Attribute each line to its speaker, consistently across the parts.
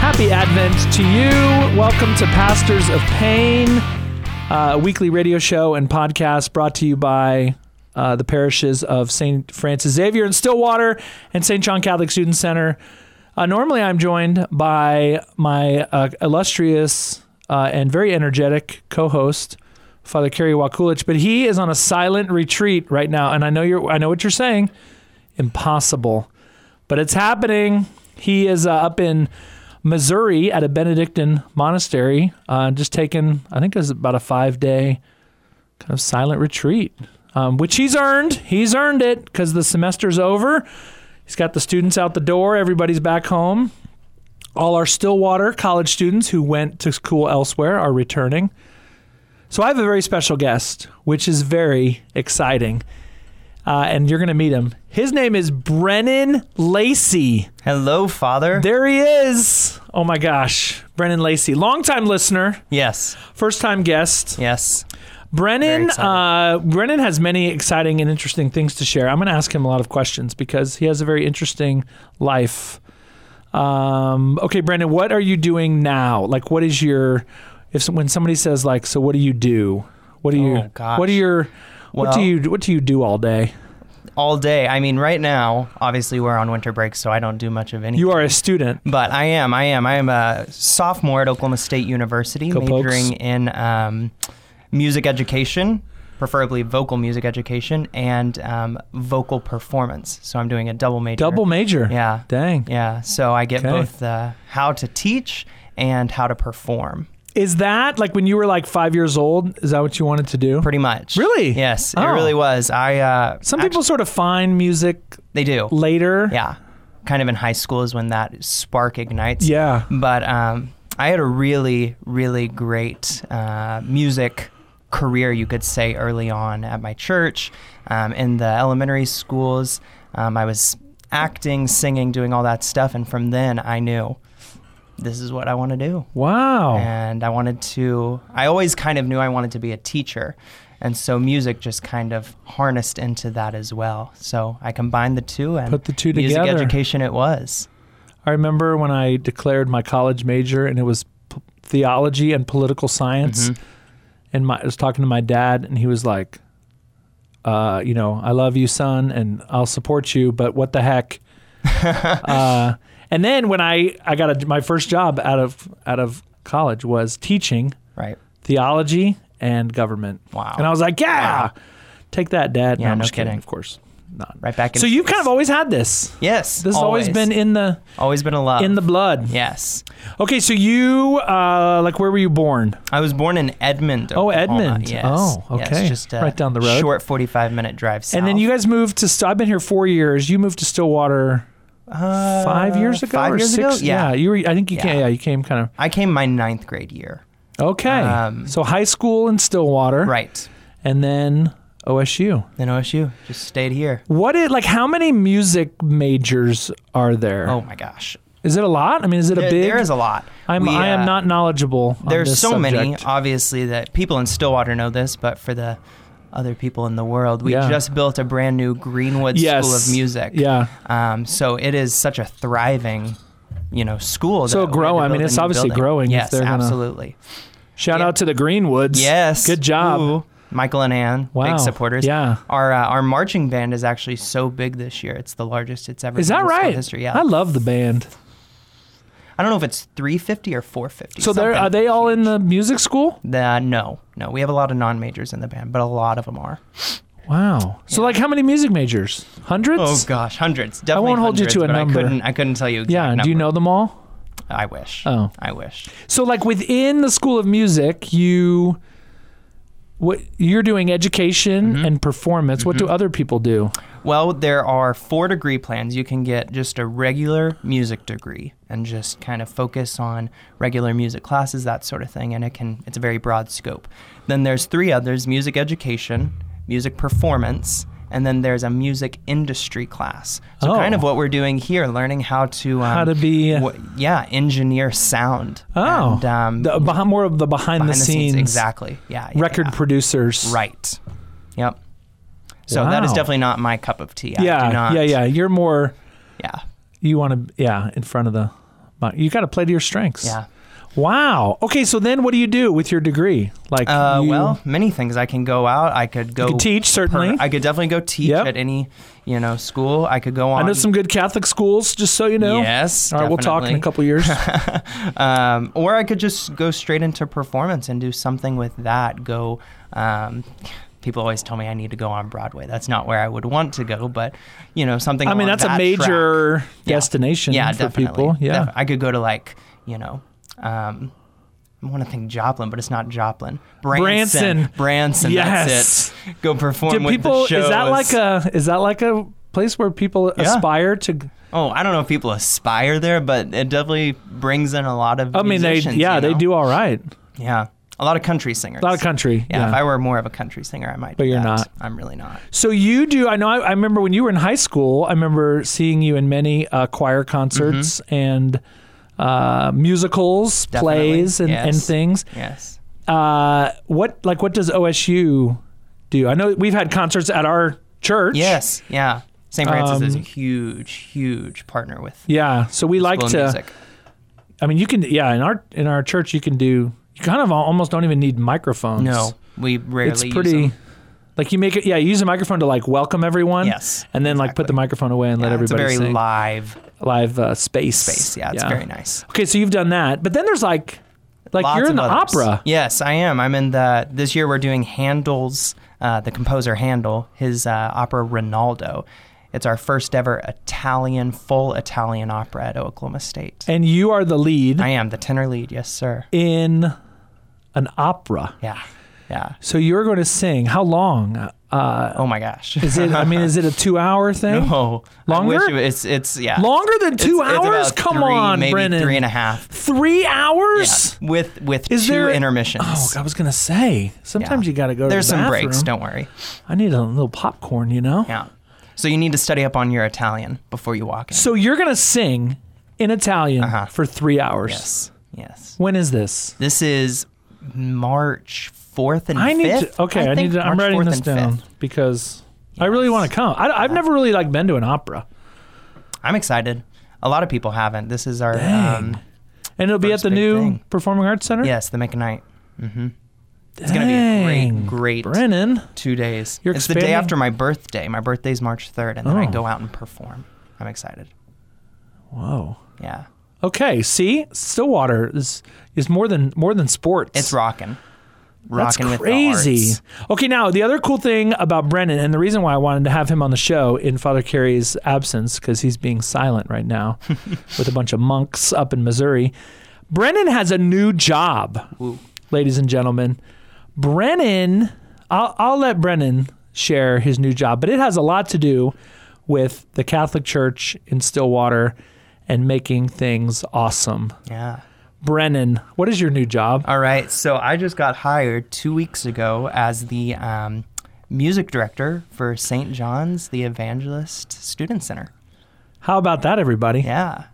Speaker 1: Happy Advent to you. Welcome to Pastors of Pain, uh, a weekly radio show and podcast brought to you by uh, the parishes of St. Francis Xavier in Stillwater and St. John Catholic Student Center. Uh, normally, I'm joined by my uh, illustrious uh, and very energetic co host, Father Kerry Wakulich, but he is on a silent retreat right now. And I know, you're, I know what you're saying impossible, but it's happening. He is uh, up in Missouri at a Benedictine monastery, uh, just taking, I think it was about a five day kind of silent retreat, um, which he's earned. He's earned it because the semester's over. He's got the students out the door, everybody's back home. All our Stillwater college students who went to school elsewhere are returning. So I have a very special guest, which is very exciting. Uh, and you're going to meet him. His name is Brennan Lacey.
Speaker 2: Hello, Father.
Speaker 1: There he is. Oh my gosh. Brennan Lacey, longtime listener,
Speaker 2: yes,
Speaker 1: first time guest.
Speaker 2: yes. Very
Speaker 1: Brennan,
Speaker 2: excited.
Speaker 1: uh, Brennan has many exciting and interesting things to share. I'm going to ask him a lot of questions because he has a very interesting life. Um, okay, Brennan, what are you doing now? Like, what is your if when somebody says like, so what do you do? What do you?
Speaker 2: Oh, gosh.
Speaker 1: What are your? What do
Speaker 2: Well-
Speaker 1: you? What do you do all day?
Speaker 2: All day. I mean, right now, obviously, we're on winter break, so I don't do much of anything.
Speaker 1: You are a student.
Speaker 2: But I am. I am. I am a sophomore at Oklahoma State University,
Speaker 1: Go Pokes.
Speaker 2: majoring in um, music education, preferably vocal music education, and um, vocal performance. So I'm doing a double major.
Speaker 1: Double major.
Speaker 2: Yeah.
Speaker 1: Dang.
Speaker 2: Yeah. So I get
Speaker 1: Okay.
Speaker 2: both the how to teach and how to perform,
Speaker 1: Is that like when you were like five years old? Is that what you wanted to do?
Speaker 2: pretty much.
Speaker 1: Really?
Speaker 2: Yes. It
Speaker 1: Oh.
Speaker 2: really was. I. Uh,
Speaker 1: Some people sort of find music
Speaker 2: actu- they do.
Speaker 1: later.
Speaker 2: Yeah. Kind of in high school is when that spark ignites.
Speaker 1: Yeah.
Speaker 2: But um, I had a really, really great uh, music career, you could say, early on at my church, um, in the elementary schools. Um, I was acting, singing, doing all that stuff. And from then, I knew this is what I want to do.
Speaker 1: Wow.
Speaker 2: And I wanted to, I always kind of knew I wanted to be a teacher. And so music just kind of harnessed into that as well. So I combined the two and
Speaker 1: Put the two
Speaker 2: music
Speaker 1: together.
Speaker 2: education it was.
Speaker 1: I remember when I declared my college major and it was p- theology and political science.
Speaker 2: Mm-hmm.
Speaker 1: And my, I was talking to my dad and he was like, uh, you know, I love you, son, and I'll support you, but what the heck? uh, and then when I, I got a, my first job out of, out of college was teaching
Speaker 2: Right.
Speaker 1: theology and government.
Speaker 2: Wow.
Speaker 1: And I was like, yeah, take that, dad.
Speaker 2: Yeah,
Speaker 1: no, I'm
Speaker 2: no
Speaker 1: just kidding.
Speaker 2: kidding.
Speaker 1: Of course not.
Speaker 2: Right back in
Speaker 1: So you've kind of always had this.
Speaker 2: Yes.
Speaker 1: This has always been in the
Speaker 2: always been a love.
Speaker 1: in the blood.
Speaker 2: Yes.
Speaker 1: Okay, so you uh like where were you born?
Speaker 2: I was born in Edmond.
Speaker 1: Oh,
Speaker 2: Oklahoma.
Speaker 1: Edmond.
Speaker 2: Yes.
Speaker 1: Oh,
Speaker 2: Yes,
Speaker 1: okay.
Speaker 2: just a
Speaker 1: Right down the road.
Speaker 2: Short 45 minute drive south.
Speaker 1: And then you guys moved to St- I've been here 4 years. You moved to Stillwater
Speaker 2: Uh,
Speaker 1: 5 years ago
Speaker 2: Five
Speaker 1: or
Speaker 2: years
Speaker 1: 6?
Speaker 2: ago? Yeah.
Speaker 1: You were I think you came
Speaker 2: Yeah.
Speaker 1: yeah, you came kind
Speaker 2: I came my ninth grade year.
Speaker 1: of Okay.
Speaker 2: Um,
Speaker 1: so high school in Stillwater
Speaker 2: Right.
Speaker 1: and then OSU.
Speaker 2: Then OSU. Just stayed here.
Speaker 1: What it like how many music majors are there?
Speaker 2: Oh, my gosh.
Speaker 1: Is it a lot? I mean, is it a
Speaker 2: There-
Speaker 1: big
Speaker 2: there is a lot.
Speaker 1: I'm
Speaker 2: We,
Speaker 1: I am
Speaker 2: uh,
Speaker 1: not knowledgeable on
Speaker 2: There's
Speaker 1: this
Speaker 2: so many,
Speaker 1: subject.
Speaker 2: obviously, that people in Stillwater know this, but for the other people in the world, we
Speaker 1: Yeah.
Speaker 2: just built a brand new Greenwood
Speaker 1: Yes.
Speaker 2: School of Music.
Speaker 1: Yeah.
Speaker 2: Um, so it is such a thriving, you know, school.
Speaker 1: So
Speaker 2: that we had
Speaker 1: grow-
Speaker 2: to
Speaker 1: I mean,
Speaker 2: build a
Speaker 1: it's
Speaker 2: new
Speaker 1: obviously
Speaker 2: building.
Speaker 1: growing if
Speaker 2: Yes,
Speaker 1: they're gonna-
Speaker 2: absolutely.
Speaker 1: Shout
Speaker 2: Yeah.
Speaker 1: out to the Greenwoods.
Speaker 2: Yes.
Speaker 1: Good job.
Speaker 2: Ooh, Michael and Ann,
Speaker 1: Wow.
Speaker 2: big supporters.
Speaker 1: Yeah.
Speaker 2: Our uh, our marching band is actually so big this year. It's the largest it's ever.
Speaker 1: Is
Speaker 2: been
Speaker 1: that
Speaker 2: in school
Speaker 1: right?
Speaker 2: History. Yeah.
Speaker 1: I love the band.
Speaker 2: I don't know if it's 350 or 450.
Speaker 1: So they're
Speaker 2: something.
Speaker 1: are they all in the music school?
Speaker 2: The, no, no. We have a lot of non majors in the band, but a lot of them are.
Speaker 1: Wow. So like how many music majors? Hundreds?
Speaker 2: Oh gosh, hundreds. Definitely
Speaker 1: won't hold you
Speaker 2: hundreds,
Speaker 1: to a
Speaker 2: but
Speaker 1: number.
Speaker 2: I couldn't. I couldn't tell you. Exact
Speaker 1: yeah, and do you
Speaker 2: number.
Speaker 1: know them all?
Speaker 2: I wish.
Speaker 1: Oh.
Speaker 2: I wish.
Speaker 1: So like within the school of music, you what you're doing education
Speaker 2: Mm-hmm.
Speaker 1: and performance. What do other people do?
Speaker 2: Well, there are four degree plans. You can get just a regular music degree and just kind of focus on regular music classes, that sort of thing, and it can it's a very broad scope. Then there's three others, music education, music performance, and then there's a music industry class. So
Speaker 1: Oh.
Speaker 2: kind of what we're doing here, learning how to um,
Speaker 1: How to be- uh,
Speaker 2: wh- yeah, engineer sound.
Speaker 1: Oh.
Speaker 2: and, um,
Speaker 1: the, behind, more of the behind,
Speaker 2: behind
Speaker 1: the, scenes,
Speaker 2: exactly. Yeah, yeah,
Speaker 1: record
Speaker 2: yeah.
Speaker 1: producers.
Speaker 2: Right. Yep. So that is
Speaker 1: Wow.
Speaker 2: definitely not my cup of tea. I do
Speaker 1: Yeah.
Speaker 2: not,
Speaker 1: Yeah, yeah. You're more
Speaker 2: yeah.
Speaker 1: you want to yeah, in front of the Mon- You got to play to your strengths.
Speaker 2: Yeah.
Speaker 1: Wow. Okay. So then, what do you do with your degree? Like,
Speaker 2: Uh,
Speaker 1: you,
Speaker 2: well, many things. I can go out. I could go
Speaker 1: you can teach certainly.
Speaker 2: per- I could definitely go teach
Speaker 1: Yep.
Speaker 2: at any you know school. I could go on.
Speaker 1: I know some good Catholic schools. Just so you know.
Speaker 2: Yes.
Speaker 1: All right, we'll talk in a
Speaker 2: definitely.
Speaker 1: couple years.
Speaker 2: Um, or I could just go straight into performance and do something with that. Go. Um, people always tell me I need to go on Broadway. That's not where I would want to go, but you know something.
Speaker 1: I mean,
Speaker 2: along
Speaker 1: that's a
Speaker 2: that track.
Speaker 1: major
Speaker 2: Yeah.
Speaker 1: destination
Speaker 2: yeah,
Speaker 1: for
Speaker 2: definitely.
Speaker 1: people. Yeah.
Speaker 2: Def- I could go to like you know. Um, I want to think Joplin, but it's not Joplin. Branson.
Speaker 1: Branson.
Speaker 2: Branson.
Speaker 1: Yes.
Speaker 2: That's it. Go perform
Speaker 1: Do
Speaker 2: with
Speaker 1: people
Speaker 2: the shows.
Speaker 1: is that like a is that like a place where people
Speaker 2: Yeah.
Speaker 1: aspire to
Speaker 2: Oh, I don't know if people aspire there, but it definitely brings in a lot of.
Speaker 1: I mean they
Speaker 2: musicians,
Speaker 1: yeah,
Speaker 2: you
Speaker 1: they
Speaker 2: know?
Speaker 1: do all right.
Speaker 2: Yeah, a lot of country singers.
Speaker 1: A lot of country.
Speaker 2: Yeah, if I were more of a country singer, I might.
Speaker 1: But
Speaker 2: do
Speaker 1: you're
Speaker 2: that.
Speaker 1: not.
Speaker 2: I'm really not.
Speaker 1: so you do I know I, I remember when you were in high school, I remember seeing you in many uh, choir concerts and uh, musicals,
Speaker 2: Mm-hmm. Definitely,
Speaker 1: plays and, and
Speaker 2: yes.
Speaker 1: things.
Speaker 2: Yes.
Speaker 1: Uh, what like what does OSU do? I know we've had concerts at our church.
Speaker 2: Yes. Yeah. St. Francis is a
Speaker 1: Um,
Speaker 2: huge, huge partner with
Speaker 1: Yeah. So we like
Speaker 2: school
Speaker 1: to
Speaker 2: music.
Speaker 1: I mean, you can. Yeah, in our in our church, you can do. You kind of al- almost don't even need microphones.
Speaker 2: No, we rarely.
Speaker 1: it's
Speaker 2: use
Speaker 1: pretty.
Speaker 2: them.
Speaker 1: Like you make it. Yeah, you use a microphone to like welcome everyone.
Speaker 2: Yes,
Speaker 1: and then like put the microphone away and let
Speaker 2: Yeah,
Speaker 1: everybody
Speaker 2: it's a very
Speaker 1: sing.
Speaker 2: live
Speaker 1: live uh, space.
Speaker 2: space. Yeah, it's very nice.
Speaker 1: Okay, so you've done that, but then there's like, like
Speaker 2: Lots
Speaker 1: you're in
Speaker 2: of
Speaker 1: the
Speaker 2: others.
Speaker 1: opera.
Speaker 2: Yes, I am. I'm in the. This year we're doing Handel's, uh, the composer Handel, his uh, opera Rinaldo. It's our first ever Italian, full Italian opera at Oklahoma State.
Speaker 1: and you are the lead
Speaker 2: I am the tenor lead. Yes, sir.
Speaker 1: in an opera.
Speaker 2: Yeah, yeah.
Speaker 1: So you're going to sing. How long? Uh,
Speaker 2: Oh my gosh.
Speaker 1: is it? I mean, is it a two-hour thing?
Speaker 2: no I
Speaker 1: Longer?
Speaker 2: wish it, it's it's yeah.
Speaker 1: Longer than
Speaker 2: It's-
Speaker 1: two
Speaker 2: it's about
Speaker 1: hours? Come
Speaker 2: three,
Speaker 1: on,
Speaker 2: maybe
Speaker 1: Brennan.
Speaker 2: Three and a half.
Speaker 1: Three
Speaker 2: Yeah,
Speaker 1: hours?
Speaker 2: With with
Speaker 1: Is
Speaker 2: two
Speaker 1: there-
Speaker 2: intermissions.
Speaker 1: Oh, I was gonna say. Sometimes
Speaker 2: Yeah.
Speaker 1: you gotta go.
Speaker 2: There's
Speaker 1: to the
Speaker 2: some breaks.
Speaker 1: bathroom.
Speaker 2: Don't worry.
Speaker 1: I need a little popcorn, you know.
Speaker 2: Yeah. So you need to study up on your Italian before you walk in.
Speaker 1: So you're gonna sing in Italian
Speaker 2: Uh-huh.
Speaker 1: for three hours.
Speaker 2: yes. Yes.
Speaker 1: When is this?
Speaker 2: This is March 4th and
Speaker 1: I
Speaker 2: 5th.
Speaker 1: need to. Okay, I,
Speaker 2: think
Speaker 1: need to. I'm
Speaker 2: March
Speaker 1: writing
Speaker 2: 4th
Speaker 1: this
Speaker 2: and
Speaker 1: down
Speaker 2: 5th.
Speaker 1: because I really
Speaker 2: Yes.
Speaker 1: want to come. I, have never really like been to an opera,
Speaker 2: I'm excited. A lot of people haven't. This is our,
Speaker 1: Dang.
Speaker 2: um,
Speaker 1: and it'll be at
Speaker 2: First
Speaker 1: the
Speaker 2: big
Speaker 1: new
Speaker 2: thing.
Speaker 1: Performing Arts Center.
Speaker 2: yes, the Make a Night. hmm It's going to be a
Speaker 1: Dang.
Speaker 2: great, great
Speaker 1: Brennan.
Speaker 2: two days.
Speaker 1: You're
Speaker 2: it's the day
Speaker 1: expanding-
Speaker 2: after my birthday. My birthday's March 3rd, and then I
Speaker 1: Oh.
Speaker 2: go out and perform. I'm excited.
Speaker 1: Whoa.
Speaker 2: Yeah.
Speaker 1: Okay. See, Stillwater is is more than more than sports.
Speaker 2: It's rocking.
Speaker 1: That's
Speaker 2: Rocking with the
Speaker 1: crazy.
Speaker 2: arts.
Speaker 1: Okay, now the other cool thing about Brennan, and the reason why I wanted to have him on the show in Father Carey's absence, because he's being silent right now with a bunch of monks up in Missouri. Brennan has a new job,
Speaker 2: Ooh.
Speaker 1: ladies and gentlemen. Brennan, I'll, I'll let Brennan share his new job, but it has a lot to do with the Catholic Church in Stillwater and making things awesome.
Speaker 2: Yeah.
Speaker 1: Brennan, what is your new job?
Speaker 2: All right. So I just got hired two weeks ago as the um, music director for St. John's the Evangelist Student Center.
Speaker 1: How about that, everybody?
Speaker 2: Yeah.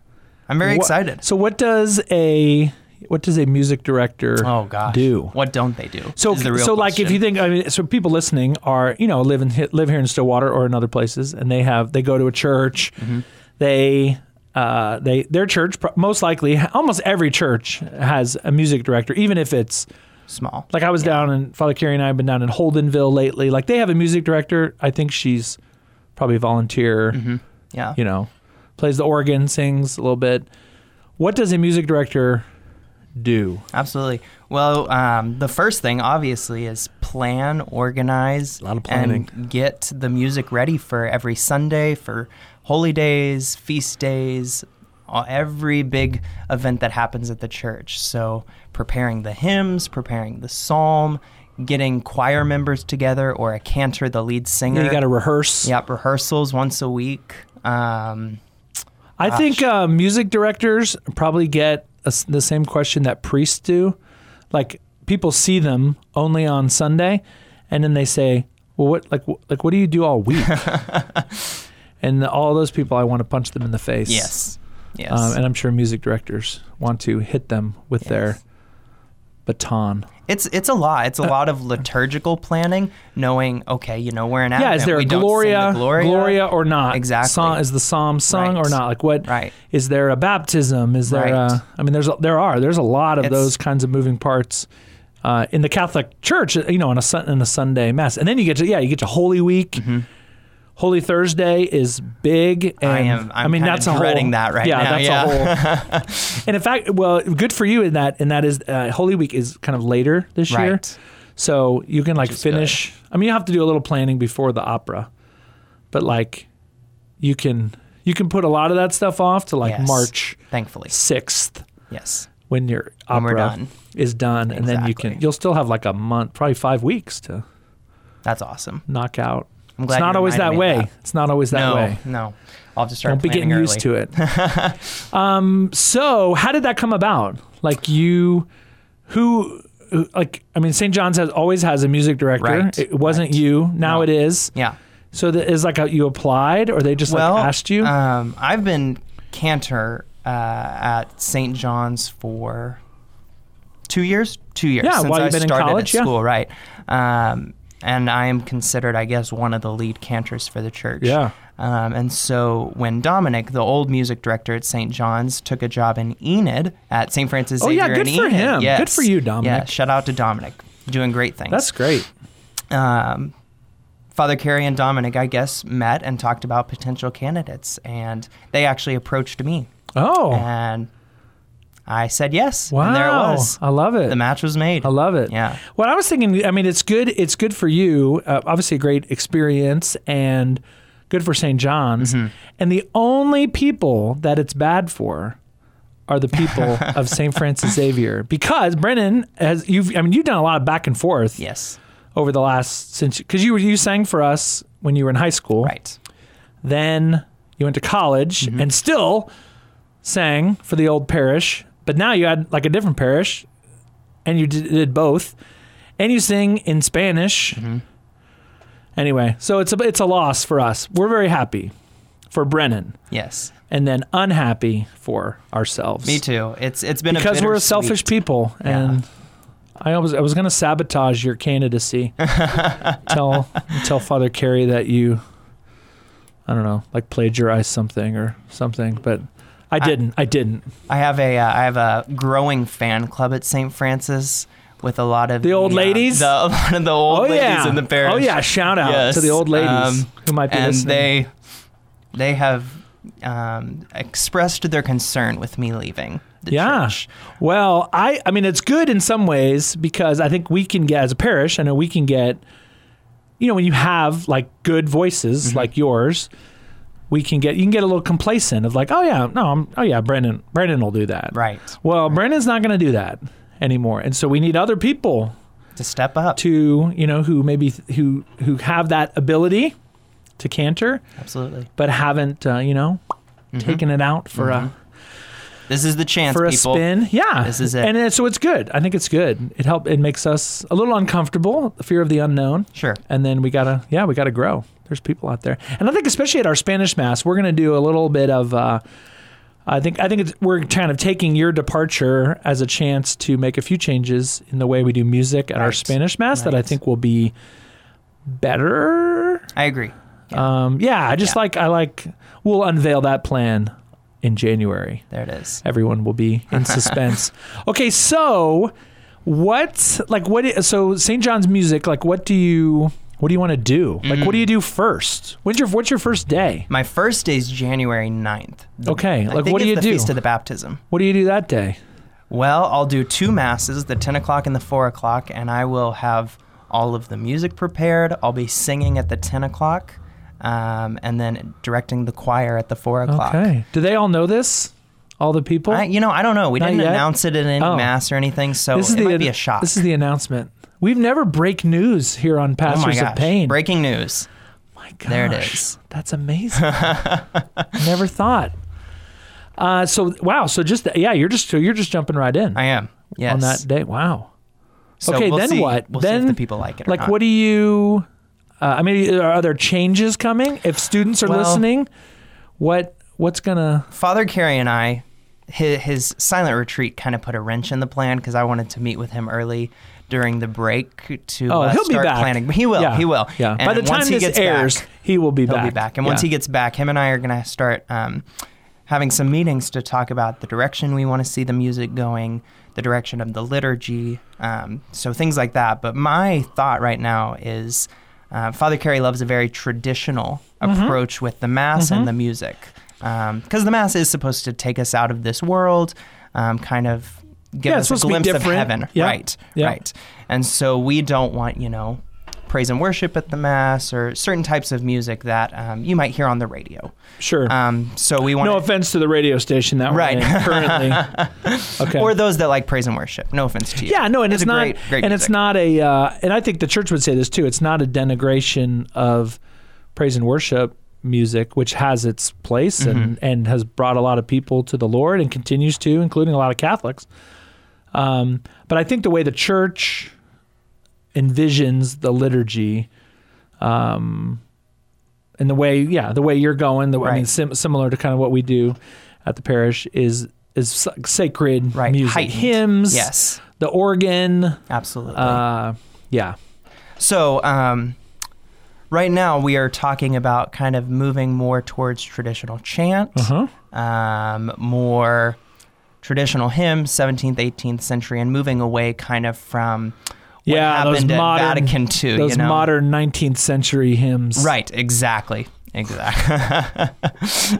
Speaker 2: I'm very
Speaker 1: Wha-
Speaker 2: excited.
Speaker 1: So what does a what does a music director
Speaker 2: Oh, gosh.
Speaker 1: do?
Speaker 2: What don't they do?
Speaker 1: So
Speaker 2: is the real
Speaker 1: so like if
Speaker 2: question.
Speaker 1: you think I mean so people listening are you know live in he- live here in Stillwater or in other places and they have they go to a church
Speaker 2: Mm-hmm.
Speaker 1: they uh, they their church pro- most likely almost every church has a music director even if it's
Speaker 2: Small.
Speaker 1: like I was down in Father Carey and I have been down in Holdenville lately like they have a music director I think she's probably a volunteer
Speaker 2: Mm-hmm. yeah.
Speaker 1: you know, plays the organ, sings a little bit. What does a music director do?
Speaker 2: Absolutely. Well, um, the first thing, obviously, is plan, organize,
Speaker 1: lot of planning.
Speaker 2: and get the music ready for every Sunday, for holy days, feast days, all- every big event that happens at the church. So, preparing the hymns, preparing the psalm, getting choir members together, or a cantor, the lead singer.
Speaker 1: You got to rehearse.
Speaker 2: Yep, rehearsals once a week. Um,
Speaker 1: I think uh, music directors probably get a s the same question that priests do. Like people see them only on Sunday, and then they say, "Well, what like wh- like what do you do all week?" and all those people, I want to punch them in the face.
Speaker 2: yes. Yes.
Speaker 1: Um, and I'm sure music directors want to hit them with their
Speaker 2: Yes.
Speaker 1: baton?
Speaker 2: It's it's a lot. It's a
Speaker 1: Uh,
Speaker 2: lot of liturgical planning, knowing okay, you know we're an
Speaker 1: yeah, is there a
Speaker 2: we don't sing
Speaker 1: Gloria,
Speaker 2: the Gloria,
Speaker 1: or not?
Speaker 2: Exactly.
Speaker 1: Song, is the psalm sung
Speaker 2: Right.
Speaker 1: or not? Like what? Is
Speaker 2: Right.
Speaker 1: there a baptism? Is there?
Speaker 2: Right.
Speaker 1: A, I mean, there's a- there are there's a lot of
Speaker 2: It's-
Speaker 1: those kinds of moving parts uh, in the Catholic Church. You know, on a Sun- in a Sunday mass, and then you get to yeah, you get to Holy Week. Holy Thursday is big. And,
Speaker 2: Mm-hmm. I am- I'm
Speaker 1: mean,
Speaker 2: kinda
Speaker 1: that's a whole,
Speaker 2: dreading that right
Speaker 1: yeah,
Speaker 2: now,
Speaker 1: That's
Speaker 2: yeah.
Speaker 1: a whole. and in fact, well, good for you in that. And that is uh, Holy Week is kind of later this year,
Speaker 2: Right.
Speaker 1: so you can like
Speaker 2: Which is good.
Speaker 1: finish. I mean, you have to do a little planning before the opera, but like you can you can put a lot of that stuff off to like
Speaker 2: Yes.
Speaker 1: March
Speaker 2: Thankfully,
Speaker 1: sixth
Speaker 2: yes.
Speaker 1: when your
Speaker 2: When we're
Speaker 1: opera
Speaker 2: done.
Speaker 1: is done, and then you can
Speaker 2: Exactly.
Speaker 1: you'll still have like a month, probably five weeks to
Speaker 2: That's awesome.
Speaker 1: knock out.
Speaker 2: I'm glad
Speaker 1: It's
Speaker 2: you
Speaker 1: not always that
Speaker 2: reminded me
Speaker 1: way.
Speaker 2: of
Speaker 1: It's not always that
Speaker 2: no,
Speaker 1: way.
Speaker 2: no. I'll just start
Speaker 1: Don't be
Speaker 2: planning
Speaker 1: getting
Speaker 2: early.
Speaker 1: used to it. um, so how did that come about? Like you, who, who- like I mean, St. John's has always has a music director.
Speaker 2: Right,
Speaker 1: It wasn't
Speaker 2: right.
Speaker 1: you. Now
Speaker 2: No.
Speaker 1: it is.
Speaker 2: Yeah.
Speaker 1: So that is like a, you applied, or they just like asked you.
Speaker 2: Um, I've been cantor uh, at St. John's for two years. Two years.
Speaker 1: Yeah,
Speaker 2: since
Speaker 1: while
Speaker 2: I
Speaker 1: you've been in
Speaker 2: started
Speaker 1: college, yeah.
Speaker 2: at school, right? Um, and I am considered, I guess, one of the lead cantors for the church.
Speaker 1: Yeah.
Speaker 2: Um, and so when Dominic, the old music director at St. John's, took a job in Enid at St. Francis
Speaker 1: Oh, yeah,
Speaker 2: Xavier in
Speaker 1: good for
Speaker 2: Enid,
Speaker 1: him. Good
Speaker 2: yes.
Speaker 1: for you, Dominic.
Speaker 2: Yeah, shout out to Dominic, doing great things
Speaker 1: That's great.
Speaker 2: um, Father Carey and Dominic, I guess, met and talked about potential candidates, and they actually approached me,
Speaker 1: Oh,
Speaker 2: and I said yes.
Speaker 1: wow!
Speaker 2: And there it was.
Speaker 1: I love it.
Speaker 2: The match was made.
Speaker 1: I love it.
Speaker 2: Yeah.
Speaker 1: What I was thinking, I mean, it's good. It's good for you. Uh, obviously, a great experience and good for St. John's.
Speaker 2: Mm-hmm.
Speaker 1: And the only people that it's bad for are the people of St. Francis Xavier because Brennan has you've. I mean, you've done a lot of back and forth
Speaker 2: Yes.
Speaker 1: over the last since because you were you sang for us when you were in high school.
Speaker 2: Right.
Speaker 1: Then you went to college
Speaker 2: Mm-hmm.
Speaker 1: and still sang for the old parish, but now you had like a different parish and you did, did both. And you sing in Spanish.
Speaker 2: Mm-hmm.
Speaker 1: Anyway, so it's a it's a loss for us. We're very happy for Brennan
Speaker 2: Yes.
Speaker 1: and then unhappy for ourselves.
Speaker 2: Me too. It's it's been
Speaker 1: Because
Speaker 2: a
Speaker 1: we're
Speaker 2: bittersweet-
Speaker 1: selfish people and I was I was going to sabotage your candidacy. tell tell Father Carey that you I don't know, like plagiarized something or something, but I didn't. I, didn't.
Speaker 2: I have a uh, I have a growing fan club at St. Francis with a lot of
Speaker 1: The old
Speaker 2: uh,
Speaker 1: ladies?
Speaker 2: the, a lot of the old
Speaker 1: Oh
Speaker 2: ladies
Speaker 1: yeah.
Speaker 2: in the parish.
Speaker 1: Oh yeah, shout out
Speaker 2: Yes.
Speaker 1: to the old ladies
Speaker 2: Um,
Speaker 1: who might be
Speaker 2: and
Speaker 1: listening.
Speaker 2: they they have um, expressed their concern with me leaving the
Speaker 1: Yeah.
Speaker 2: church.
Speaker 1: Well, I I mean it's good in some ways because I think we can get as a parish, I know we can get you know, when you have like good voices like yours, we can get you can get a little complacent of like, oh yeah, no, I'm oh yeah, Brendan Brendan will do that.
Speaker 2: Right.
Speaker 1: Well, Brendan's not gonna do that anymore. And so we need other people
Speaker 2: To step up.
Speaker 1: to, you know, who maybe who who have that ability to canter,
Speaker 2: Absolutely.
Speaker 1: but haven't uh, you know, taken it out for a
Speaker 2: This is the chance
Speaker 1: for a
Speaker 2: people.
Speaker 1: spin. Yeah,
Speaker 2: This is it.
Speaker 1: And it, so it's good. I think it's good. It help. It makes us a little uncomfortable, the fear of the unknown,
Speaker 2: Sure.
Speaker 1: and then we gotta yeah we gotta grow. There's people out there, and I think especially at our Spanish mass, we're gonna do a little bit of. Uh, I think I think it's, we're kind of taking your departure as a chance to make a few changes in the way we do music at our
Speaker 2: Right.
Speaker 1: Spanish mass that I
Speaker 2: Right.
Speaker 1: think will be better.
Speaker 2: I agree.
Speaker 1: Um, yeah, I just
Speaker 2: Yeah.
Speaker 1: like I like we'll unveil that plan in January
Speaker 2: There it is.
Speaker 1: everyone will be in suspense. okay, so what like what i- so St. John's music like what do you what do you want to do? Like what do you
Speaker 2: Mm.
Speaker 1: do first? When's your what's your first day?
Speaker 2: My first day's January 9th. The-
Speaker 1: Okay,
Speaker 2: I
Speaker 1: like,
Speaker 2: think
Speaker 1: what do
Speaker 2: it's
Speaker 1: you
Speaker 2: the
Speaker 1: do?
Speaker 2: Feast of the baptism.
Speaker 1: What do you do that day?
Speaker 2: Well, I'll do two masses, the 10 o'clock and the 4 o'clock, and I will have all of the music prepared. I'll be singing at the 10 o'clock um, and then directing the choir at the 4 o'clock.
Speaker 1: Okay. Do they all know this? All the people?
Speaker 2: I, you know, I don't know. We
Speaker 1: Not
Speaker 2: didn't
Speaker 1: yet?
Speaker 2: announce it in any
Speaker 1: Oh.
Speaker 2: mass or anything, so
Speaker 1: this is
Speaker 2: it
Speaker 1: the
Speaker 2: might be a shock.
Speaker 1: This is the announcement. We've never break news here on
Speaker 2: oh my
Speaker 1: Pastors
Speaker 2: gosh.
Speaker 1: of Pain.
Speaker 2: Breaking news.
Speaker 1: My gosh,
Speaker 2: There it is.
Speaker 1: That's amazing. Never thought. Uh, so wow, so just yeah, you're just so you're just jumping right in
Speaker 2: I am. Yes.
Speaker 1: on that day. Wow.
Speaker 2: So
Speaker 1: okay,
Speaker 2: we'll
Speaker 1: then
Speaker 2: see-
Speaker 1: what?
Speaker 2: We'll
Speaker 1: then
Speaker 2: see if the people like it.
Speaker 1: like
Speaker 2: or not.
Speaker 1: what do you uh, i mean are, are there changes coming if students are
Speaker 2: Well-
Speaker 1: listening what what's gonna
Speaker 2: Father Carey and I his, his silent retreat kind of put a wrench in the plan because I wanted to meet with him early during the break to
Speaker 1: Oh,
Speaker 2: uh,
Speaker 1: he'll be
Speaker 2: start
Speaker 1: back.
Speaker 2: planning. He will.
Speaker 1: Yeah.
Speaker 2: He will.
Speaker 1: Yeah. By the
Speaker 2: And
Speaker 1: time
Speaker 2: once he
Speaker 1: this
Speaker 2: gets
Speaker 1: airs,
Speaker 2: back,
Speaker 1: he will be
Speaker 2: he'll
Speaker 1: back.
Speaker 2: be back. And once
Speaker 1: Yeah.
Speaker 2: he gets back, him and I are going to start um, having some meetings to talk about the direction we want to see the music going, the direction of the liturgy, um, so things like that. But my thought right now is uh, Father Carey loves a very traditional
Speaker 1: Mm-hmm.
Speaker 2: approach with the Mass and the music. Because the Mass is supposed to take us out of this world, um, kind of give
Speaker 1: Yeah, it's
Speaker 2: us a
Speaker 1: supposed to be
Speaker 2: glimpse of
Speaker 1: different.
Speaker 2: heaven.
Speaker 1: Yeah.
Speaker 2: Right,
Speaker 1: Yeah.
Speaker 2: right. And so we don't want, you know, praise and worship at the mass or certain types of music that um, you might hear on the radio.
Speaker 1: Sure.
Speaker 2: Um, so we want
Speaker 1: no offense to the radio station that we're
Speaker 2: Right.
Speaker 1: in currently. Okay.
Speaker 2: or those that like praise and worship. No offense to you.
Speaker 1: yeah, no, and it's,
Speaker 2: a
Speaker 1: not,
Speaker 2: great, great
Speaker 1: and
Speaker 2: music.
Speaker 1: it's not a, uh, and I think the church would say this too. It's not a denigration of praise and worship music, which has its place
Speaker 2: Mm-hmm.
Speaker 1: and and has brought a lot of people to the Lord and continues to, including a lot of Catholics. Um, but I think the way the church envisions the liturgy, um, and the way, yeah, the way you're going, the way, I mean,
Speaker 2: Right.
Speaker 1: sim- similar to kind of what we do at the parish is is sa- sacred
Speaker 2: Right,
Speaker 1: music,
Speaker 2: heightened.
Speaker 1: hymns,
Speaker 2: Yes,
Speaker 1: the organ.
Speaker 2: absolutely.
Speaker 1: Uh, yeah.
Speaker 2: so um, right now we are talking about kind of moving more towards traditional chant.
Speaker 1: huh.
Speaker 2: um, more traditional hymns, 17th, 18th century, and moving away kind of from what
Speaker 1: Yeah, those
Speaker 2: happened at
Speaker 1: modern-
Speaker 2: Vatican II.
Speaker 1: Those
Speaker 2: you know?
Speaker 1: modern 19th century hymns.
Speaker 2: right? Exactly, exactly.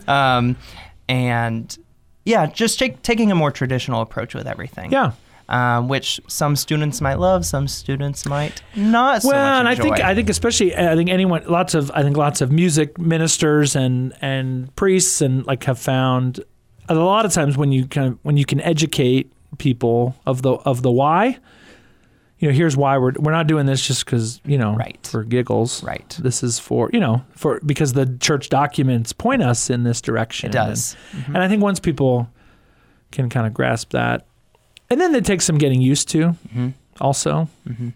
Speaker 2: um, and yeah, just take, taking a more traditional approach with everything.
Speaker 1: Yeah.
Speaker 2: Um, which some students might love, some students might not. so
Speaker 1: well,
Speaker 2: much
Speaker 1: and I think
Speaker 2: enjoy.
Speaker 1: I think especially uh, I think anyone lots of I think lots of music ministers and and priests and like have found a lot of times when you kind of when you can educate people of the of the why, you know, here's why we're we're not doing this just because you know
Speaker 2: Right.
Speaker 1: for giggles.
Speaker 2: right.
Speaker 1: This is for you know for because the church documents point us in this direction.
Speaker 2: It
Speaker 1: and-
Speaker 2: does. Mhm.
Speaker 1: And I think once people can kind of grasp that, and then it takes some getting used to
Speaker 2: Mhm.
Speaker 1: also,
Speaker 2: Mhm.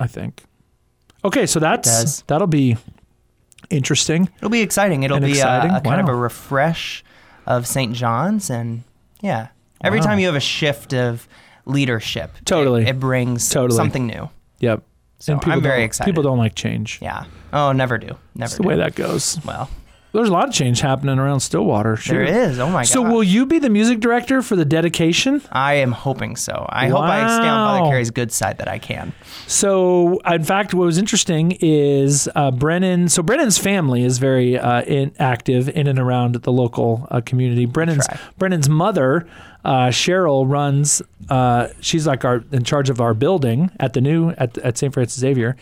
Speaker 1: I think. Okay, so that's
Speaker 2: does.
Speaker 1: that'll be interesting.
Speaker 2: It'll be exciting. It'll
Speaker 1: And
Speaker 2: be a-
Speaker 1: exciting.
Speaker 2: A, kind of
Speaker 1: Wow.
Speaker 2: a refresh of St. John's, and yeah, every
Speaker 1: Wow.
Speaker 2: time you have a shift of leadership, it-
Speaker 1: Totally.
Speaker 2: it, brings
Speaker 1: Totally.
Speaker 2: something new.
Speaker 1: Yep.
Speaker 2: So I'm
Speaker 1: people
Speaker 2: very
Speaker 1: don't-
Speaker 2: excited.
Speaker 1: People don't like change.
Speaker 2: Yeah. Oh, never do. Never.
Speaker 1: That's the
Speaker 2: do.
Speaker 1: way that goes.
Speaker 2: Well,
Speaker 1: There's a lot of change happening around Stillwater. Shoot.
Speaker 2: there is. Oh my
Speaker 1: So
Speaker 2: god.
Speaker 1: will you be the music director for the dedication?
Speaker 2: I am hoping so. I hope I stay on
Speaker 1: Wow.
Speaker 2: Father Carey's good side that I can.
Speaker 1: So, uh, in fact, what was interesting is uh, Brennan. So, Brennan's family is very uh, in, active in and around the local uh, community. Brennan's
Speaker 2: Try.
Speaker 1: Brennan's mother, uh, Cheryl, runs. Uh, she's like our in charge of our building at the new at at St. Francis Xavier,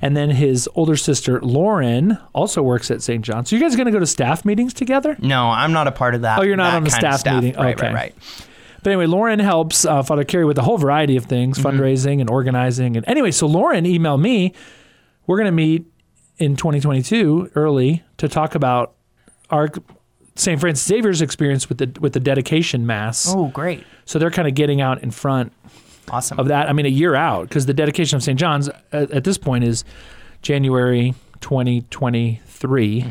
Speaker 1: and then his older sister Lauren also works at St. John's. So, you guys going to go to staff meetings together?
Speaker 2: No, I'm not a part of that.
Speaker 1: Oh, you're not
Speaker 2: that
Speaker 1: on the
Speaker 2: kind of
Speaker 1: staff meeting.
Speaker 2: Right,
Speaker 1: Okay.
Speaker 2: right, right.
Speaker 1: But anyway, Lauren helps uh, Father Carey with a whole variety of things,
Speaker 2: Mm-hmm.
Speaker 1: fundraising and organizing. And anyway, so Lauren emailed me. We're going to meet in 2022 early to talk about our St. Francis Xavier's experience with the with the dedication mass.
Speaker 2: Oh, great.
Speaker 1: So they're kind of getting out in front
Speaker 2: Awesome.
Speaker 1: of that. I mean, a year out because the dedication of St. John's at, at this point is January 2023.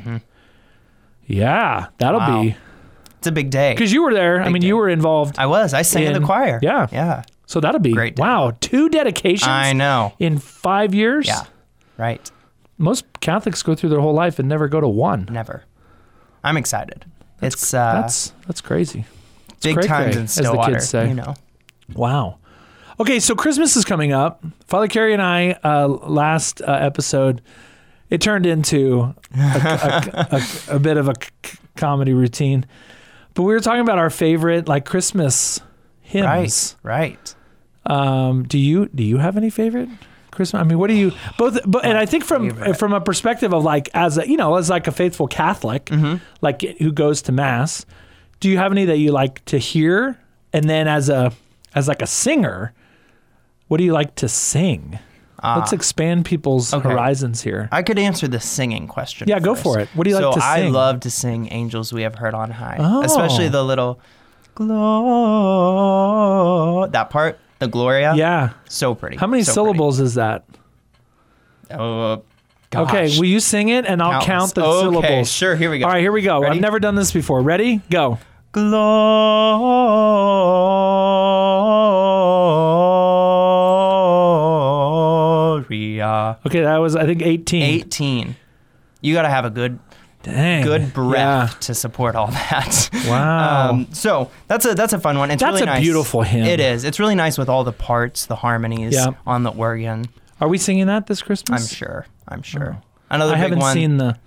Speaker 1: Yeah, that'll
Speaker 2: Mm-hmm. Wow.
Speaker 1: be
Speaker 2: It's a big day.
Speaker 1: because you were there. I
Speaker 2: Big
Speaker 1: mean,
Speaker 2: day.
Speaker 1: you were involved.
Speaker 2: I was. I sang in,
Speaker 1: In-
Speaker 2: the choir.
Speaker 1: yeah.
Speaker 2: Yeah.
Speaker 1: So that'll be
Speaker 2: Great day.
Speaker 1: Wow, two dedications
Speaker 2: I know.
Speaker 1: in five years.
Speaker 2: Yeah. Right.
Speaker 1: most Catholics go through their whole life and never go to one.
Speaker 2: Never. I'm excited. it's uh,
Speaker 1: That's that's crazy.
Speaker 2: big
Speaker 1: cray-cray,
Speaker 2: times in
Speaker 1: as the
Speaker 2: Stillwater.
Speaker 1: kids say.
Speaker 2: You know,
Speaker 1: Wow. Okay, so Christmas is coming up. Father Carey and I uh, last uh, episode it turned into a, a- a- a bit of a c- c- comedy routine, but we were talking about our favorite like Christmas hymns.
Speaker 2: right, right.
Speaker 1: Um, do you do you have any favorite Christmas? I mean, what do you both? But and I think from
Speaker 2: favorite.
Speaker 1: from a perspective of like as a you know as like a faithful Catholic,
Speaker 2: Mm-hmm.
Speaker 1: like who goes to mass, do you have any that you like to hear? And then as a as like a singer, what do you like to sing? Let's expand people's
Speaker 2: Ah. Okay.
Speaker 1: horizons here.
Speaker 2: I could answer the singing question.
Speaker 1: Yeah, go
Speaker 2: first.
Speaker 1: for it. What do you
Speaker 2: so
Speaker 1: like to
Speaker 2: I
Speaker 1: sing?
Speaker 2: love to sing "Angels We Have Heard on High,"
Speaker 1: Oh.
Speaker 2: especially the little glow that part, the Gloria.
Speaker 1: yeah.
Speaker 2: so pretty.
Speaker 1: How many
Speaker 2: oh, so
Speaker 1: syllables is that?
Speaker 2: pretty. Oh, gosh.
Speaker 1: Okay, will you sing it and I'll count
Speaker 2: Countless.
Speaker 1: the
Speaker 2: Okay,
Speaker 1: syllables?
Speaker 2: sure, here we go.
Speaker 1: All right, here we go.
Speaker 2: Ready?
Speaker 1: I've never done this before. Ready? Go.
Speaker 2: Oh. Gloria.
Speaker 1: Okay, that was I think 18.
Speaker 2: 18. You got to have a good
Speaker 1: Dang.
Speaker 2: good breath to support all that.
Speaker 1: Yeah. Wow.
Speaker 2: Um, so that's a that's a fun one. It's
Speaker 1: That's
Speaker 2: really
Speaker 1: a
Speaker 2: nice.
Speaker 1: beautiful hymn.
Speaker 2: It is. It's really nice with all the parts, the harmonies
Speaker 1: Yeah.
Speaker 2: on the organ.
Speaker 1: Are we singing that this Christmas?
Speaker 2: I'm sure. I'm sure. Another
Speaker 1: Oh. I
Speaker 2: big
Speaker 1: haven't
Speaker 2: one.
Speaker 1: seen the.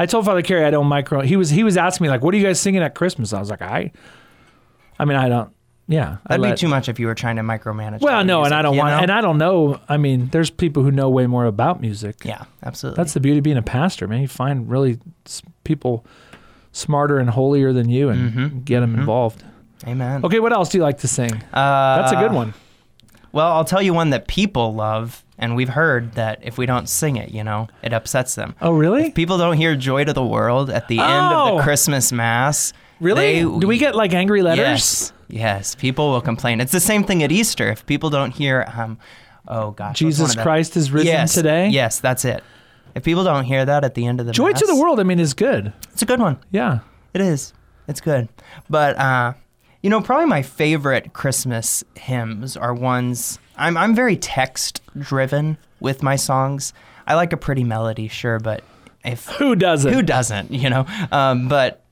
Speaker 1: I told Father Carey I don't micro. He was he was asking me like, "What are you guys singing at Christmas?" I was like, "I, I mean, I don't. Yeah, I
Speaker 2: That'd be
Speaker 1: let-
Speaker 2: too much if you were trying to micromanage. all
Speaker 1: Well,
Speaker 2: the
Speaker 1: no, and
Speaker 2: music,
Speaker 1: I don't
Speaker 2: you
Speaker 1: want,
Speaker 2: know?
Speaker 1: and I don't know. I mean, there's people who know way more about music.
Speaker 2: yeah, absolutely.
Speaker 1: That's the beauty of being a pastor, man. You find really s- people smarter and holier than you, and
Speaker 2: Mm-hmm.
Speaker 1: get them involved.
Speaker 2: Amen.
Speaker 1: Okay, what else do you like to sing?
Speaker 2: Uh,
Speaker 1: That's a good one.
Speaker 2: Well, I'll tell you one that people love, and we've heard that if we don't sing it, you know, it upsets them.
Speaker 1: Oh, really?
Speaker 2: If people don't hear "Joy to the World" at the end of
Speaker 1: Oh!
Speaker 2: the Christmas Mass,
Speaker 1: Really?
Speaker 2: they-
Speaker 1: do we get like angry letters?
Speaker 2: Yes, yes. People will complain. It's the same thing at Easter. If people don't hear, um, oh gosh, what's one
Speaker 1: Jesus
Speaker 2: of the-
Speaker 1: Christ is risen
Speaker 2: yes,
Speaker 1: today.
Speaker 2: Yes, that's it. If people don't hear that at the end of the
Speaker 1: Joy to the
Speaker 2: Mass,
Speaker 1: world. I mean, is good.
Speaker 2: It's a good one.
Speaker 1: Yeah.
Speaker 2: It is. It's good. But uh, you know, probably my favorite Christmas hymns are ones I'm I'm very text driven with my songs. I like a pretty melody, sure, but if
Speaker 1: Who doesn't?
Speaker 2: who doesn't, you know? Um, but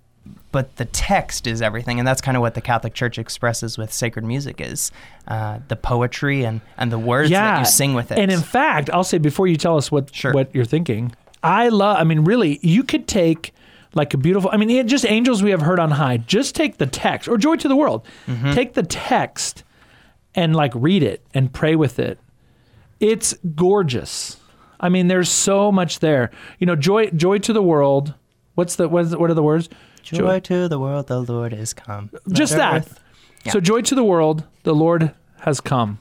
Speaker 2: but the text is everything, and that's kind of what the Catholic Church expresses with sacred music is uh, the poetry and and the words that you sing with it.
Speaker 1: And in fact, I'll say before you tell us what
Speaker 2: Sure.
Speaker 1: what you're thinking, I love. I mean, really, you could take like a beautiful. I mean, yeah, just angels we have heard on high. Just take the text or joy to the world.
Speaker 2: Mm-hmm.
Speaker 1: Take the text and like read it and pray with it. It's gorgeous. I mean, there's so much there. You know, joy joy to the world. What's the what, is, what are the words?
Speaker 2: joy, to the world, the Lord is come. Let
Speaker 1: just that.
Speaker 2: earth- Yeah.
Speaker 1: So joy to the world, the Lord has come.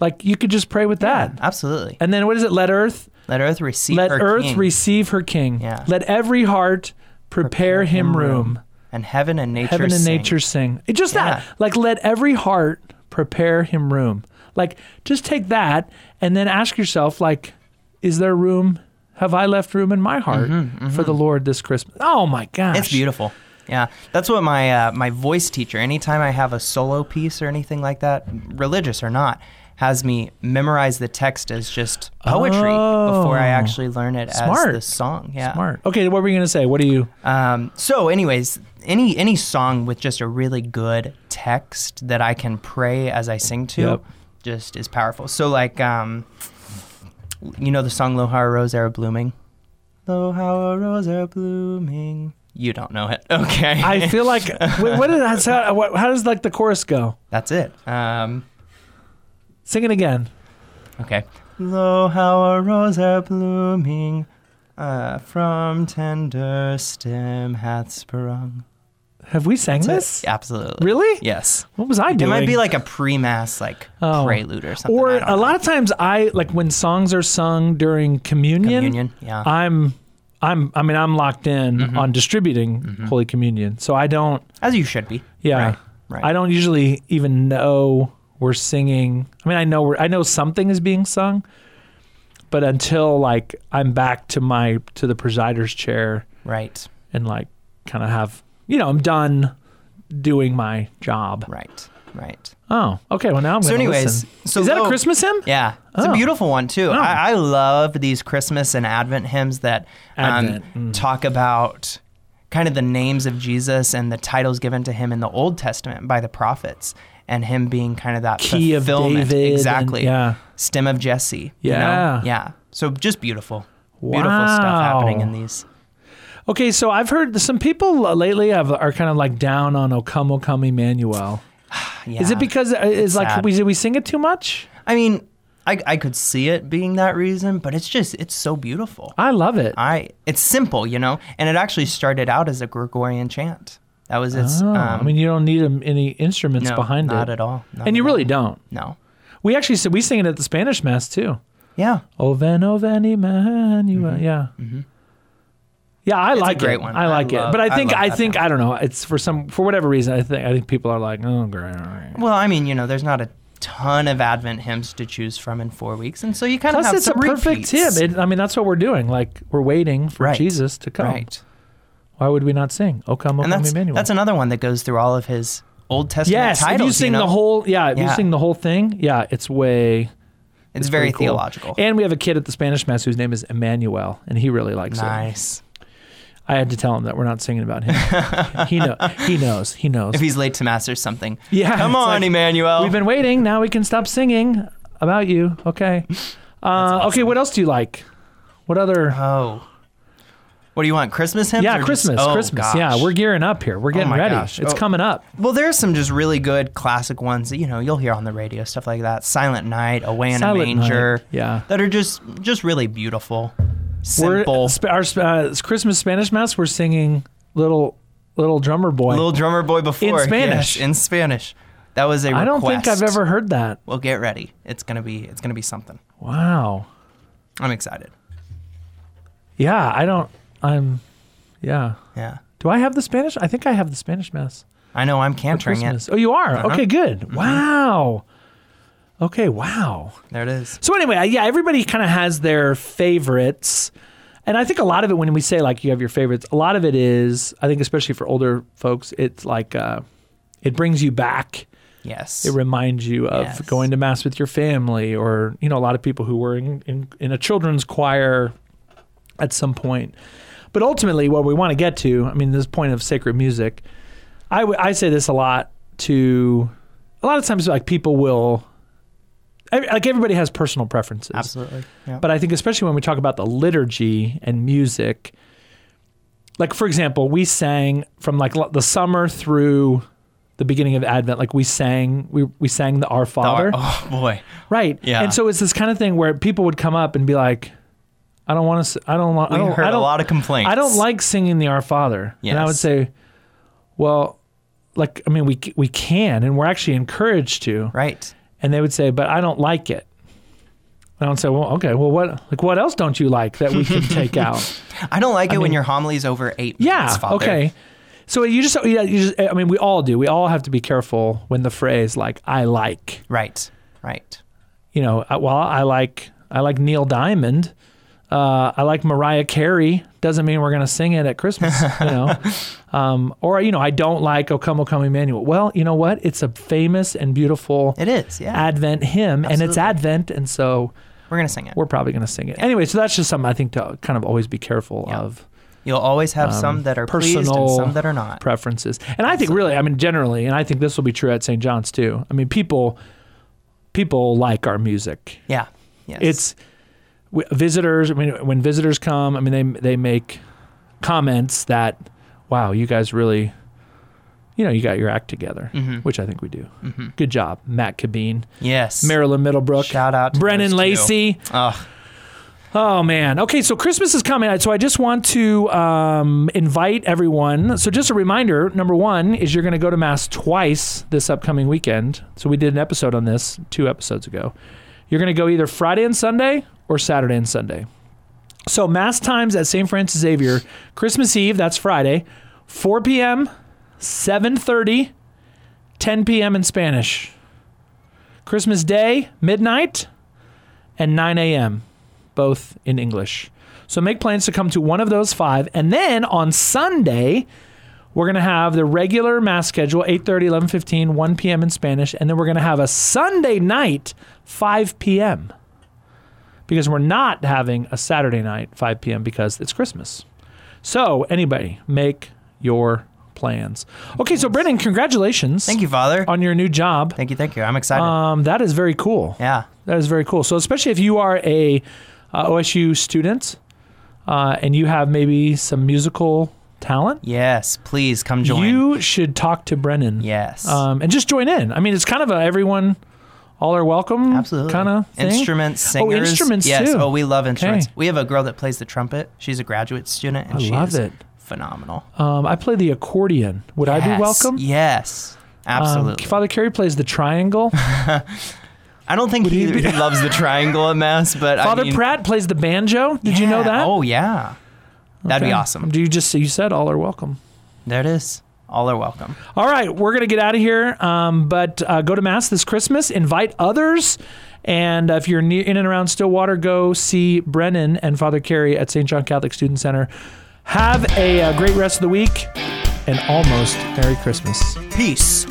Speaker 1: Like you could just pray with that.
Speaker 2: Absolutely.
Speaker 1: And then what is it? Let earth
Speaker 2: Let earth receive.
Speaker 1: let
Speaker 2: her
Speaker 1: earth
Speaker 2: King.
Speaker 1: receive her king.
Speaker 2: Yeah.
Speaker 1: Let every heart prepare, him, room.
Speaker 2: and heaven and nature.
Speaker 1: Heaven and
Speaker 2: sing.
Speaker 1: nature sing. It, just
Speaker 2: Yeah.
Speaker 1: that. Like let every heart prepare him room. Like just take that and then ask yourself like is there room have I left room in my heart for the Lord this Christmas? Oh my gosh.
Speaker 2: Mm-hmm, It's beautiful. Yeah, that's what my uh, my voice teacher. Anytime I have a solo piece or anything like that, religious or not, has me memorize the text as just poetry before I
Speaker 1: Oh.
Speaker 2: actually learn it
Speaker 1: Smart.
Speaker 2: as the song. Yeah.
Speaker 1: Smart. Okay, what were you going to say? What do you
Speaker 2: Um, so, anyways, any any song with just a really good text that I can pray as I sing to,
Speaker 1: Yep.
Speaker 2: just is powerful. So, like, um, you know the song "Lo How a Rose Are Blooming." Lo How a Rose Are Blooming. You don't know it, okay?
Speaker 1: I feel like wait, what does how, what- how does like the chorus go?
Speaker 2: That's it. Um,
Speaker 1: Sing it again.
Speaker 2: okay. Lo, how a rose are blooming, uh, from tender stem hath sprung.
Speaker 1: Have we sang
Speaker 2: That's
Speaker 1: this?
Speaker 2: it. Absolutely.
Speaker 1: Really?
Speaker 2: Yes.
Speaker 1: What was I
Speaker 2: It
Speaker 1: doing?
Speaker 2: might be like a pre-mass, like
Speaker 1: Oh.
Speaker 2: prelude or something.
Speaker 1: or
Speaker 2: I
Speaker 1: a
Speaker 2: don't know.
Speaker 1: lot of times I like when songs are sung during communion.
Speaker 2: communion. Mm-hmm. Yeah.
Speaker 1: I'm I'm I mean I'm locked in on distributing
Speaker 2: Mm-hmm.
Speaker 1: Holy Communion, so I don't.
Speaker 2: As you should be.
Speaker 1: Yeah,
Speaker 2: Right. Right.
Speaker 1: I don't usually even know we're singing. I mean, I know we're I know something is being sung, but until like I'm back to my to the presider's chair,
Speaker 2: Right.
Speaker 1: and like kind of have you know I'm done doing my job.
Speaker 2: Right. Right.
Speaker 1: Oh, okay. Well, now I'm
Speaker 2: So
Speaker 1: gonna
Speaker 2: anyways,
Speaker 1: listen.
Speaker 2: so
Speaker 1: is that a
Speaker 2: though-
Speaker 1: Christmas hymn?
Speaker 2: Yeah, it's
Speaker 1: Oh.
Speaker 2: a beautiful one too. I, I love these Christmas and Advent hymns that um,
Speaker 1: Advent, Mm.
Speaker 2: talk about kind of the names of Jesus and the titles given to him in the Old Testament by the prophets, and him being kind of that
Speaker 1: Key of
Speaker 2: fulfillment,
Speaker 1: David and-
Speaker 2: exactly.
Speaker 1: yeah.
Speaker 2: stem of Jesse. you know?
Speaker 1: Yeah.
Speaker 2: yeah. So just beautiful, beautiful stuff happening
Speaker 1: Wow.
Speaker 2: in these.
Speaker 1: Okay, so I've heard some people lately have, are kind of like down on "O Come, O Come, Emmanuel."
Speaker 2: Yeah.
Speaker 1: Is it because it's like
Speaker 2: sad.
Speaker 1: we we sing it too much?
Speaker 2: I mean, I I could see it being that reason, but it's just it's so beautiful.
Speaker 1: I love it.
Speaker 2: I it's simple, you know, and it actually started out as a Gregorian chant. That was its.
Speaker 1: Oh,
Speaker 2: um,
Speaker 1: I mean, you don't need um, any instruments
Speaker 2: no,
Speaker 1: behind
Speaker 2: not
Speaker 1: it,
Speaker 2: at all. Not
Speaker 1: and you
Speaker 2: at
Speaker 1: really don't.
Speaker 2: all. no.
Speaker 1: We actually said we sing it at the Spanish Mass too.
Speaker 2: Yeah,
Speaker 1: O ven, o ven, Emmanuel. oh,
Speaker 2: Mm-hmm.
Speaker 1: Yeah. Yeah, I like
Speaker 2: great
Speaker 1: it.
Speaker 2: one.
Speaker 1: I
Speaker 2: I
Speaker 1: like it,
Speaker 2: love-
Speaker 1: but I
Speaker 2: I
Speaker 1: think
Speaker 2: love
Speaker 1: I
Speaker 2: that
Speaker 1: think
Speaker 2: one.
Speaker 1: I don't know. It's for some for whatever reason. I think I think people are like, oh, great. all right."
Speaker 2: well, I mean, you know, there's not a ton of Advent hymns to choose from in four weeks, and so you kind of
Speaker 1: Plus,
Speaker 2: have
Speaker 1: it's a
Speaker 2: some
Speaker 1: perfect
Speaker 2: repeats.
Speaker 1: hymn. It, I mean, that's what we're doing. Like we're waiting for
Speaker 2: Right.
Speaker 1: Jesus to come.
Speaker 2: right?
Speaker 1: Why would we not sing? O come, O
Speaker 2: And
Speaker 1: come,
Speaker 2: that's
Speaker 1: Emmanuel.
Speaker 2: that's another one that goes through all of his Old Testament
Speaker 1: yes.
Speaker 2: titles.
Speaker 1: if you sing
Speaker 2: know?
Speaker 1: the whole, yeah, if you
Speaker 2: Yeah.
Speaker 1: sing the whole thing, yeah, it's way.
Speaker 2: it's, very
Speaker 1: pretty cool.
Speaker 2: theological.
Speaker 1: And we have a kid at the Spanish Mass whose name is Emmanuel, and he really likes it.
Speaker 2: nice.
Speaker 1: I had to tell him that we're not singing about him. he know, he knows, he knows.
Speaker 2: If he's late to mass or something,
Speaker 1: yeah,
Speaker 2: come
Speaker 1: it's
Speaker 2: on,
Speaker 1: like,
Speaker 2: Emmanuel.
Speaker 1: We've been waiting. Now we can stop singing about you. Okay. Uh, Okay. What else do you like? What other?
Speaker 2: oh, what do you want? Christmas hymns? or
Speaker 1: yeah,
Speaker 2: just-
Speaker 1: Christmas.
Speaker 2: oh,
Speaker 1: Christmas.
Speaker 2: gosh.
Speaker 1: Yeah, we're gearing up here. We're getting
Speaker 2: my
Speaker 1: ready.
Speaker 2: gosh.
Speaker 1: It's
Speaker 2: Oh.
Speaker 1: coming up.
Speaker 2: Well, there's some just really good classic ones that you know you'll hear on the radio, stuff like that. Silent Night, Away in
Speaker 1: Silent
Speaker 2: a Manger,
Speaker 1: Night. Yeah.
Speaker 2: that are just just really beautiful,
Speaker 1: We're,
Speaker 2: simple.
Speaker 1: sp- our sp- uh, it's Christmas Spanish Mass, we're singing Little Little Drummer Boy.
Speaker 2: Little drummer boy before yes,
Speaker 1: Spanish.
Speaker 2: in Spanish. That was a
Speaker 1: I don't think
Speaker 2: request.
Speaker 1: I've ever heard that.
Speaker 2: Well, get ready. It's gonna be it's gonna be something.
Speaker 1: Wow.
Speaker 2: I'm excited.
Speaker 1: Yeah, I don't. I'm. Yeah.
Speaker 2: Yeah,
Speaker 1: Do I have the Spanish? I think I have the Spanish Mass.
Speaker 2: I know. I'm
Speaker 1: for
Speaker 2: cantering it.
Speaker 1: Christmas. Oh, you are?
Speaker 2: Uh-huh.
Speaker 1: Okay, good. Wow. Okay, wow.
Speaker 2: There it is.
Speaker 1: So anyway, I- yeah, everybody kind of has their favorites. And I think a lot of it when we say like you have your favorites, a lot of it is I think especially for older folks, it's like uh it brings you back.
Speaker 2: Yes.
Speaker 1: It reminds you of
Speaker 2: Yes.
Speaker 1: going to mass with your family or you know a lot of people who were in in, in a children's choir at some point. But ultimately what we want to get to, I mean this point of sacred music, I w- I say this a lot to a lot of times like people will ev- like everybody has personal preferences.
Speaker 2: Absolutely. Yeah.
Speaker 1: But I think especially when we talk about the liturgy and music, like for example, we sang from like l- the summer through the beginning of Advent, like we sang we we sang the Our
Speaker 2: The
Speaker 1: Father,
Speaker 2: ar- oh boy.
Speaker 1: right?
Speaker 2: Yeah.
Speaker 1: And so it's this kind of thing where people would come up and be like, "I don't want to, I don't want,
Speaker 2: We
Speaker 1: I don't,
Speaker 2: heard
Speaker 1: I
Speaker 2: a
Speaker 1: don't,
Speaker 2: lot of complaints.
Speaker 1: I don't like singing the Our Father. And I would
Speaker 2: Yes.
Speaker 1: say, well, like I mean, we c- we can, and we're actually encouraged to,
Speaker 2: Right.
Speaker 1: and they would say, "But I don't like it." And I would say, "Well, okay, well, what like what else don't you like that we can take out?"
Speaker 2: I don't like it when
Speaker 1: mean-
Speaker 2: your homily's over eight.
Speaker 1: yeah,
Speaker 2: minutes, Father.
Speaker 1: okay. So you just, yeah, you just, I mean, we all do. We all have to be careful when the phrase like "I like,"
Speaker 2: Right. Right.
Speaker 1: you know, uh, well, I like I like Neil Diamond. Uh, I like Mariah Carey. Doesn't mean we're gonna sing it at Christmas, you know. um, or you know, I don't like "O Come, O Come, Emmanuel." Well, you know what? It's a famous and beautiful
Speaker 2: It is. Yeah.
Speaker 1: Advent hymn, and it's
Speaker 2: Absolutely.
Speaker 1: Advent, and so
Speaker 2: we're gonna sing it.
Speaker 1: we're probably going to sing it anyway. So that's just something I think to kind of always be careful
Speaker 2: Yeah.
Speaker 1: of
Speaker 2: You'll always have
Speaker 1: um,
Speaker 2: some that are pleased and
Speaker 1: personal
Speaker 2: some that are not.
Speaker 1: preferences. And I think really, I mean, generally, and I think this will be true at St. John's too. I mean, people people like our music.
Speaker 2: yeah. Yes.
Speaker 1: It's w- visitors. I mean, when visitors come, I mean, they they make comments that, wow, you guys really, you know, you got your act together,
Speaker 2: Mhm.
Speaker 1: which I think we do.
Speaker 2: Mhm.
Speaker 1: Good job, Matt Cabine,
Speaker 2: yes.
Speaker 1: Marilyn Middlebrook,
Speaker 2: Shout out to
Speaker 1: Brennan
Speaker 2: those two.
Speaker 1: Lacey.
Speaker 2: Ugh.
Speaker 1: Oh man. Okay, so Christmas is coming, so I just want to um, invite everyone. So just a reminder: number one is you're going to go to mass twice this upcoming weekend. So we did an episode on this two episodes ago. You're going to go either Friday and Sunday or Saturday and Sunday. So mass times at St. Francis Xavier, Christmas Eve, that's Friday, 4 p.m., 7:30, 10 p.m. in Spanish. Christmas Day, midnight, and 9 a.m both in English. So make plans to come to one of those five. And then on Sunday, we're going to have the regular mass schedule 8.30 11.15 1 p.m in spanish and then we're going to have a sunday night 5 p.m because we're not having a saturday night 5 p.m because it's christmas so anybody make your plans okay so brendan congratulations
Speaker 2: Thank you, Father.
Speaker 1: on your new job
Speaker 2: Thank you. Thank you. I'm excited.
Speaker 1: um, that is very cool
Speaker 2: yeah.
Speaker 1: that is very cool. So especially if you are a uh, OSU student uh, and you have maybe some musical talent,
Speaker 2: Yes. Please come join.
Speaker 1: you should talk to Brennan.
Speaker 2: yes.
Speaker 1: Um, and just join in. I mean, it's kind of a everyone, all are welcome.
Speaker 2: Absolutely.
Speaker 1: Kind of thing. Oh,
Speaker 2: Instruments, singers.
Speaker 1: instruments
Speaker 2: yes.
Speaker 1: too.
Speaker 2: Oh, we love instruments.
Speaker 1: Okay.
Speaker 2: We have a girl that plays the trumpet. She's a graduate student and
Speaker 1: I
Speaker 2: she
Speaker 1: love
Speaker 2: is
Speaker 1: it.
Speaker 2: phenomenal.
Speaker 1: Um, I play the accordion. Would I
Speaker 2: Yes.
Speaker 1: be welcome?
Speaker 2: Yes. Absolutely.
Speaker 1: Um, Father Carey plays the triangle.
Speaker 2: I don't think
Speaker 1: Would
Speaker 2: he,
Speaker 1: he be-
Speaker 2: he loves the triangle at mass, but
Speaker 1: Father
Speaker 2: I mean,
Speaker 1: Pratt plays the banjo. Did you know
Speaker 2: Yeah.
Speaker 1: that?
Speaker 2: Oh yeah. That'd
Speaker 1: Okay.
Speaker 2: be awesome.
Speaker 1: Do you just you said all are welcome?
Speaker 2: There it is. All are welcome.
Speaker 1: All right, we're going to get out of here, um, but uh, go to Mass this Christmas, invite others. And uh, if you're near, in and around Stillwater, go see Brennan and Father Carey at St. John Catholic Student Center. Have a uh, great rest of the week and almost Merry Christmas.
Speaker 2: Peace.